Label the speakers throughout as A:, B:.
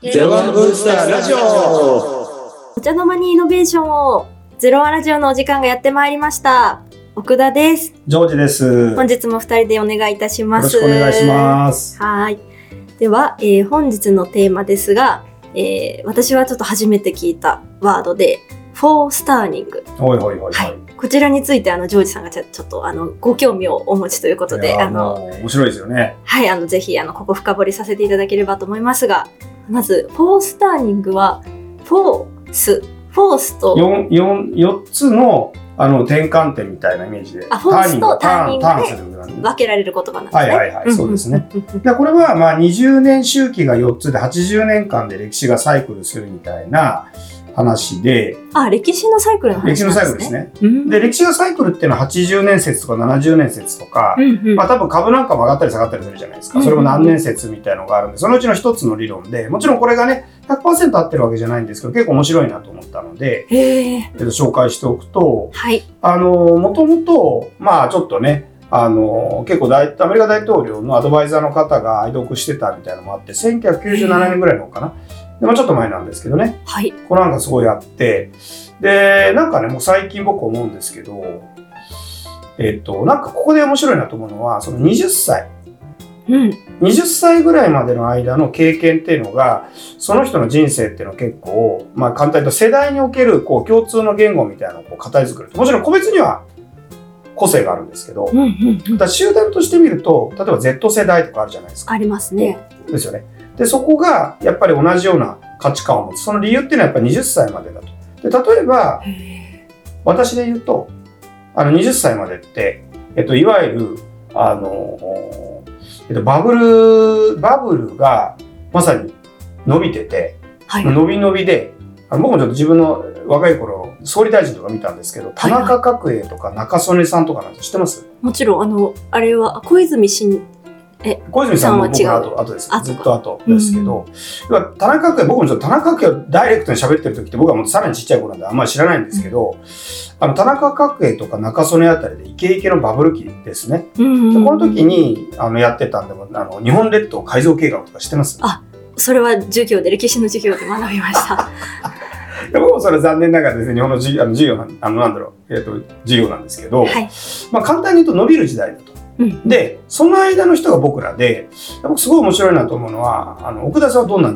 A: ゼロワンブースターラジオ
B: お茶の間にイノベーションをゼロワラジオのお時間がやってまいりました奥田です
C: ジョージです。よ
B: 本日も二人でお願いいたしま
C: ろ
B: す
C: しくお願いします。
B: はいでは、えー本日のテーマですが、えー私はちょっと初めて聞いたワードでフォースターニング
C: おいおいおいおい。
B: はいこちらについてあのジョージさんがちょちょっとあのご興味をお持ちということ
C: い
B: で
C: やー
B: あの
C: もう面白いですよね。
B: はい、あの、ぜひ、あの、ここ深掘りさせていただければと思いますが、まず、フォースターニングは、フォース、フォースと、
C: 四四四つのあの転換点みたいなイメージで、
B: あフォースと
C: ターニングタ
B: ター
C: ーン
B: ニング
C: ターンするみたいな。
B: 分けられる言葉なんですね。
C: はいはいはい、
B: ん
C: そうですね。。
B: んうん
C: でこれはまあ20年周期が4つで80年間で歴史がサイクルするみたいな話で、
B: あ、歴史のサイクルの
C: 歴
B: 話
C: 史
B: なん
C: の
B: です
C: サ
B: ね。
C: イクルですね。
B: うん。
C: で、歴史がサイクルっていうのは80年説とか70年説とか、
B: うんうん
C: まあ、多分株なんかも上がったり下がったりするじゃないです
B: う
C: か。
B: ん
C: それも何年説みたいのがあるんで、そのうちの一つの理論で、もちろんこれがね、100%合ってるわけじゃないんですけど、結構面白いなと思ったので、
B: へえ。
C: えっと紹介しておくと、
B: はい。
C: あの、もともと、まあちょっとね、あの、結構大アメリカ大統領のアドバイザーの方が愛読してたみたいなのもあって、1997年ぐらいのかな。でもちょっと前なんですけどね。
B: はい。
C: これなんかすごいあって、で、なんかね、もう最近僕思うんですけど、えっと、なんかここで面白いなと思うのは、その20歳。
B: うん。
C: 20歳ぐらいまでの間の経験っていうのが、その人の人生っていうのは結構、まあ簡単に言うと世代におけるこう共通の言語みたいなのをこう形作る。もちろん個別には個性があるんですけど、
B: うんうんうん。
C: だから集団として見ると、例えば Z 世代とかあるじゃないですか。
B: ありますね。
C: ですよね。で、そこがやっぱり同じような価値観を持つ。その理由っていうのはやっぱり20歳までだと。で、例えば、
B: へえ
C: 私で言うと、あの20歳までって、えっと、いわゆる、あの、えっと、バブル、バブルがまさに伸びてて、
B: はい。
C: 伸び伸びで、あの僕もちょっと自分の若い頃、総理大臣とか見たんですけど、田中角栄とか中曽根さんとかなんて知ってます
B: もちろん、あの、あれは、あ小泉進、
C: 小泉さんも僕
B: さん
C: の
B: は違う
C: 後後です
B: あ。
C: ずっと後ですけど、要は田中角栄、僕もちょっと田中角栄をダイレクトに喋ってる時って僕はもうさらにちっちゃい頃なんであんまり知らないんですけど、あの田中角栄とか中曽根あたりでイケイケのバブル期ですね。
B: うんうん
C: で
B: うん
C: この時にあのやってたんでも、あの日本列島改造計画とか知ってます
B: それは授業で、歴史の授業で学びました。
C: で僕もそれ残念ながらですね、日本の授業あの授業なん、あのなんだろう、えっ、と、授業なんですけど、
B: はい。
C: まあ簡単に言うと伸びる時代だと。
B: うん。
C: で、その間の人が僕らで、僕すごい面白いなと思うのは、あの奥田さんはどんな、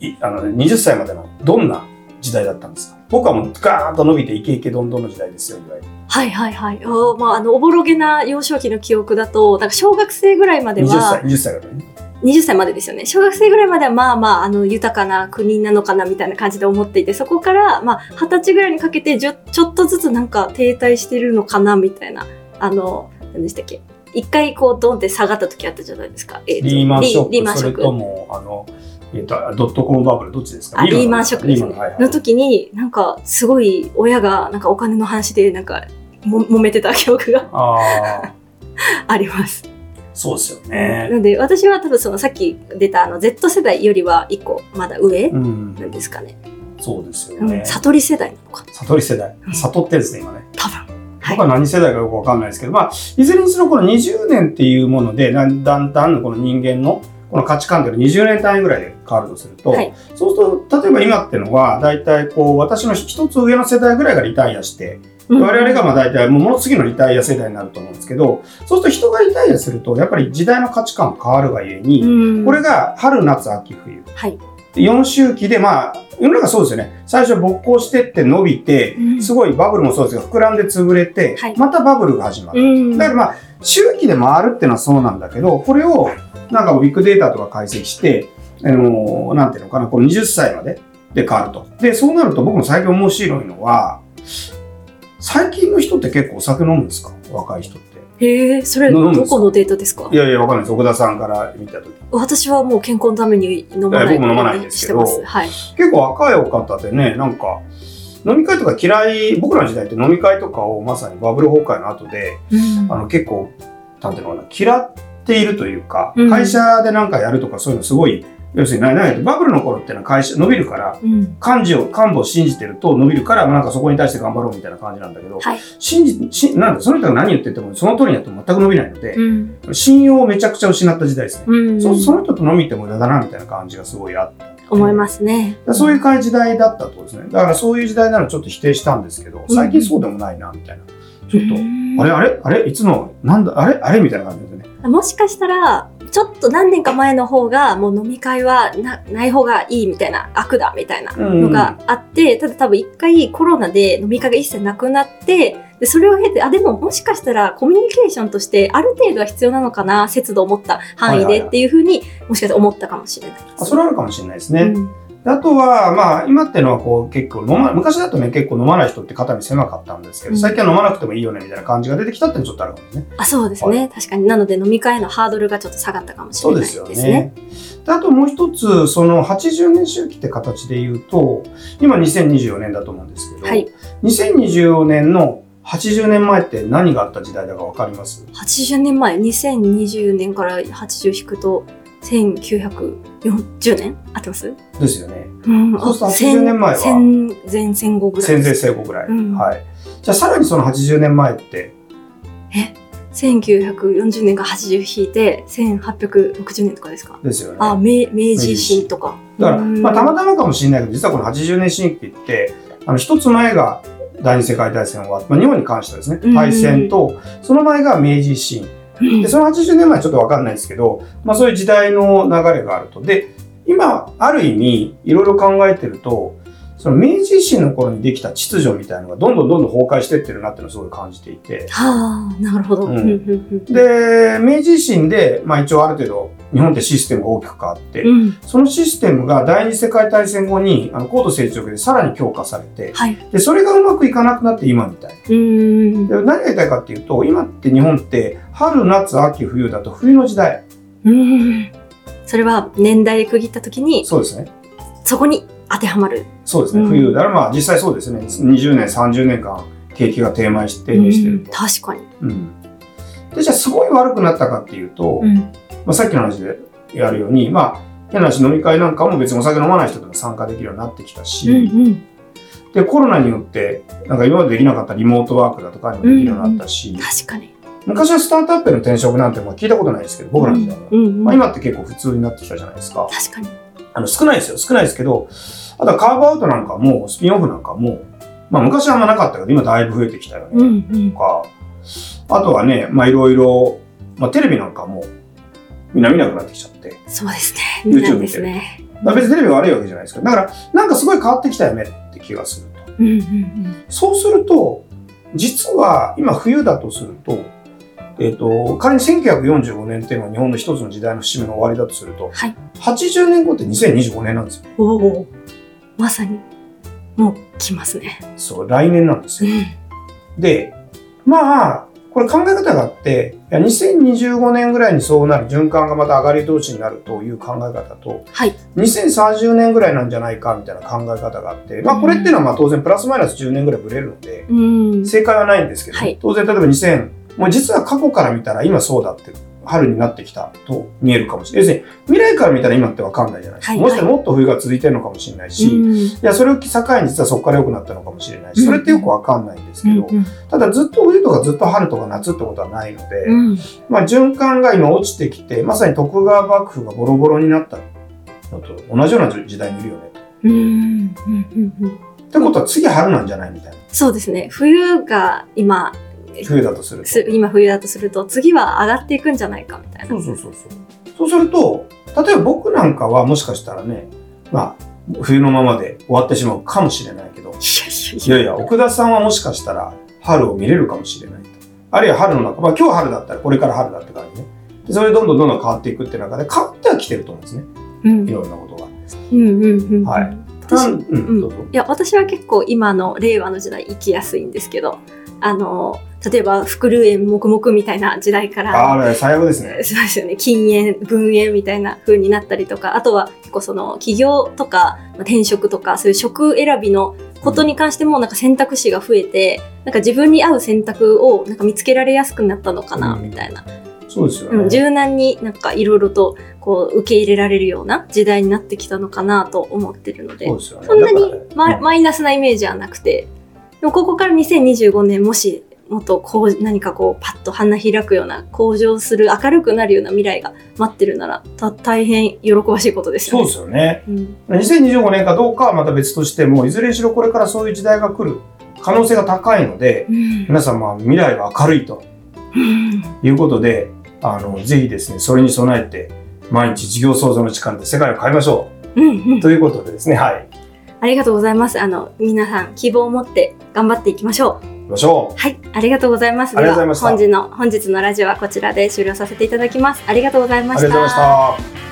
C: いあの20歳までのどんな時代だったんですか僕はもうガーンと伸びてイケイケどんどんの時代ですよ、いわゆる。
B: はいはいはい。おまあ、あの、おぼろげな幼少期の記憶だと、だから小学生ぐらいまで
C: 20歳、
B: は、
C: 20歳だからね。
B: 20歳までですよね。小学生ぐらいまでは、まあまあ、あの、豊かな国なのかな、みたいな感じで思っていて、そこから、まあ、20歳ぐらいにかけて、ちょ、ちょっとずつなんか停滞してるのかな、みたいな、あの、何でしたっけ。一回こう、ドンって下がった時あったじゃないですか。えーと
C: リーマンショック、
B: リリーマンシ
C: そ
B: ョ
C: れ
B: ック
C: とも、あの、えっ、と、ドットコムバブル、どっちですか
B: あリーマンショックですね
C: リーマンはいはい
B: の時に、なんか、すごい、親が、なんかお金の話で、なんか、も、揉めてた記憶が
C: ああ、
B: あります。
C: そうですよ
B: な
C: ね。
B: ので、私は多分その、さっき出た、あの、Z 世代よりは一個、まだ上
C: うん
B: なんですかね。
C: そうですよ
B: う
C: ね
B: ん。。悟り世代なのかな、
C: 悟り世代
B: う。ん
C: 悟ってるんですね、今ね。
B: 多分。はい
C: 僕は何世代かよくわかんないですけど、まあ、いずれにせよこの20年っていうもので、だんだんだんこの人間のこの価値観っていうのは20年単位ぐらいで変わるとすると、
B: はい
C: そうすると、例えば今っていうのは、大体こう、私の一つ上の世代ぐらいがリタイアして、我々がまあ大体もうもの次のリタイア世代になると思うんですけど、そうすると人がリタイアすると、やっぱり時代の価値観変わるがゆえに、
B: うん
C: これが春、夏、秋、冬。
B: はい
C: 4周期で、まあ、世の中そうですよね。最初勃興してって伸びて、
B: うん
C: すごいバブルもそうですが、膨らんで潰れて、
B: はい
C: またバブルが始まる。
B: うん
C: だからまあ、周期で回るっていうのはそうなんだけど、これをなんかビッグデータとか解析して、あのーなんていうのかな、この20歳までで変わると。で、そうなると僕も最近面白いのは、最近の人って結構お酒飲むんですか若い人って。
B: へえ、それ
C: 飲むんです
B: ど
C: か
B: このデータですか
C: いやいや、わかんないです。奥田さんから見たとき。
B: 私はもう健康のために飲まない
C: いや僕も飲まないんですけど
B: してますはい。
C: 結構若いお方でね、なんか、飲み会とか嫌い、僕らの時代って飲み会とかをまさにバブル崩壊の後で、あの結構、なんていうのかな、嫌っているというか、
B: うん
C: 会社でなんかやるとかそういうのすごい要するに何々ってバブルの頃ってのは会社伸びるから
B: うん。
C: 幹事を幹部を信じてると伸びるから、まあなんかそこに対して頑張ろうみたいな感じなんだけど、
B: はい
C: 信じしなんだその人が何言っててもその通りにやっても全く伸びないので、
B: うん。
C: 信用をめちゃくちゃ失った時代ですね。
B: うん。
C: そうその人と飲みって無駄だなみたいな感じがすごいあってだか
B: 思いますね。
C: らそういう感じ時代だったってことですねだからそういう時代ならちょっと否定したんですけど
B: うん
C: 最近そうでもないなみたいなちょっと、
B: と
C: あれあれあれいつのなんだあれあれみたいな感じですね
B: もしかしたら、ちょっと何年か前の方が、もう飲み会はなない方がいいみたいな、悪だみたいなのがあって、ただ多分一回コロナで飲み会が一切なくなって、でそれを経て、あ、でももしかしたらコミュニケーションとしてある程度は必要なのかな、節度を持った範囲
C: はいはい
B: で
C: はい
B: っていうふうに、もしかしたら思ったかもしれないで
C: あ
B: す。
C: それはあるかもしれないですね、
B: うん
C: であとは、まあ、今ってのはこう結構飲ま、昔だとね、結構飲まない人って肩身狭かったんですけ
B: う
C: ど、
B: ん
C: 最近は飲まなくてもいいよねみたいな感じが出てきたってのちょっとあるかもね。
B: あそうですね、確かになので飲み会のハードルがちょっと下がったかもし
C: そ
B: れ
C: う
B: ない
C: で
B: ですすね。
C: よね。であともう一つ、その80年周期って形で言うと、今2024年だと思うんですけど、
B: はい、
C: 2024年の80年前って何があった時代だかわかります
B: 80年前2020年から80引くと1940年合ってます
C: ですよね。
B: うん
C: そうそう80年前は
B: 戦前戦後ぐらい
C: 戦
B: で
C: 前
B: す
C: 戦後ぐらい。
B: うん
C: はい。じゃあさらにその80年前って、
B: 1940年から80引いて1860年とかですか
C: ですよね。
B: あ明明治維新とか
C: だから、
B: うん
C: まあ、たまたまかもしれないけど実はこの80年新規ってあの一つ前が第二次世界大戦終わって、まあ、日本に関してはですね
B: うん
C: 大戦とその前が明治維新
B: うん
C: でその80年前ちょっと分かんないですけど、まあ、そういう時代の流れがあるとで今ある意味いろいろ考えてるとその明治維新の頃にできた秩序みたいなのがどんどんどんどん崩壊してってるなっていうのをすごい感じていて
B: はあなるほど、
C: う
B: うんんうんうん
C: で明治維新で、まあ、一応ある程度日本ってシステムが大きく変わって、
B: うん
C: そのシステムが第二次世界大戦後にあの高度成長期でさらに強化されて
B: はい
C: でそれがうまくいかなくなって今みたい
B: うん
C: で何が言いたいかっていうと今って日本って春夏秋冬だと冬の時代
B: うんそれは年代で区切った時に
C: そうですね
B: そこに当てはまる
C: そうですね、
B: うん
C: 冬だからまあ実際そうですね20年30年間景気が低迷して低迷してる
B: うん
C: と、
B: 確かに、
C: うんでじゃあすごい悪くなったかっていうと、
B: うん
C: まあ、さっきの話でやるようにまあ変な話飲み会なんかも別にお酒飲まない人でも参加できるようになってきたし、
B: うんうん、
C: で、コロナによって、なんか今までできなかったリモートワークだとかにもできるようになったし、
B: 確かに、
C: 昔はスタートアップへの転職なんてまあ聞いたことないですけど、僕らの時代は。
B: うんうん
C: まあ、今って結構普通になってきたじゃないですか。
B: 確かに
C: あの少ないですよ、少ないですけど、あとはカーブアウトなんかも、スピンオフなんかも、まあ昔はあんまなかったけど、今だいぶ増えてきたよ
B: うん
C: ね。
B: うん
C: とか、あとはね、まあいろいろ、まあテレビなんかも、みんな見なくなってきちゃって。
B: そうですね
C: YouTube
B: 見ないですね
C: まあ別にテレビが悪いわけじゃないですけど、だからなんかすごい変わってきたよねって気がすると。
B: うんうん
C: そうすると、実は今冬だとすると、えっ、と、仮に1945年っていうのは日本の一つの時代の節目の終わりだとすると、
B: はい
C: 80年後って2025年なんですよ。
B: うんおおまさにもう来ますね
C: そう、来年なんです
B: う
C: よ。
B: ん
C: で、まあ、これ考え方があって、いや2025年ぐらいにそうなる循環がまた上がり同士になるという考え方と、
B: はい
C: 2030年ぐらいなんじゃないかみたいな考え方があって、まあこれっていうのはまあ当然プラスマイナス10年ぐらいブレるので、
B: うん
C: 正解はないんですけど、
B: はい
C: 当然例えば2000もう実は過去から見たら今そうだって春になってきたと見えるかもしれない要するに未来から見たら今って分かんないじゃないですか、
B: はい
C: もしかしたらもっと冬が続いてるのかもしれないし、い
B: うん
C: やそれを境に実はそこから良くなったのかもしれないしそれってよく分かんないんですけど、
B: うん
C: ただずっと冬とかずっと春とか夏ってことはないので、
B: うん
C: まあ、循環が今落ちてきてまさに徳川幕府がボロボロになったのと同じような時代にいるよね
B: うんうんうんうん
C: ってことは次春なんじゃないみたいな
B: そうですね冬が今
C: 冬だとすると。
B: す今冬だとすると次は上がっていくんじゃないかみたいな
C: そうそうそうそう。そうすると、例えば僕なんかはもしかしたらね、まあ、冬のままで終わってしまうかもしれないけど、い
B: い
C: や
B: や
C: い
B: いやいや
C: や、奥田さんはもしかしたら春を見れるかもしれないと。あるいは春の中、まあ今日春だったらこれから春だって感じね。でそれでどんどんどんどん変わっていくって中で、変わってはきてると思うんですね。
B: うん
C: いろんなことが。
B: うんうんうん
C: はい
B: 私
C: なんうん、どうぞ。
B: いや私は結構今の令和の時代生きやすいんですけどあの例えば副流煙黙々みたいな時代か
C: あ
B: ら
C: あれ、最悪ですね。
B: そうですよね禁煙分煙みたいな風になったりとかあとは結構その起業とかまあ転職とかそういう職選びのことに関してもなんか選択肢が増えてなんか自分に合う選択をなんか見つけられやすくなったのかな
C: うん
B: みたいな
C: そうですよ
B: うん、
C: ね。
B: 柔軟になんかいろいろとこう受け入れられるような時代になってきたのかなと思ってるので
C: そうですよね。
B: そんなに
C: だからね
B: マ
C: う
B: マイナスなイメージはなくてでもここから2025年もしもっとこう何かこうパッと花開くような向上する明るくなるような未来が待ってるならた大変喜ばしいことです
C: そう
B: よ
C: で
B: ね。
C: すよね。
B: うん
C: 2025年かどうかはまた別としても、いずれにしろこれからそういう時代が来る可能性が高いので、
B: うん
C: 皆さんまあ未来は明るいと
B: うん
C: いうことで、あの、ぜひですね、それに備えて、毎日事業創造の力で世界を変えましょ
B: うんう
C: うんということでですね、はい。
B: ありがとうございます。あの皆さん希望を持って頑張っていきましょう。
C: 行きましょ
B: はい、ありがとうございます。
C: あ
B: で
C: り
B: は
C: がとうござい
B: 本
C: ました
B: 日の本日のラジオはこちらで終了させていただきます。ありがとうございま
C: う。
B: し
C: あ
B: た。
C: りがとうございました。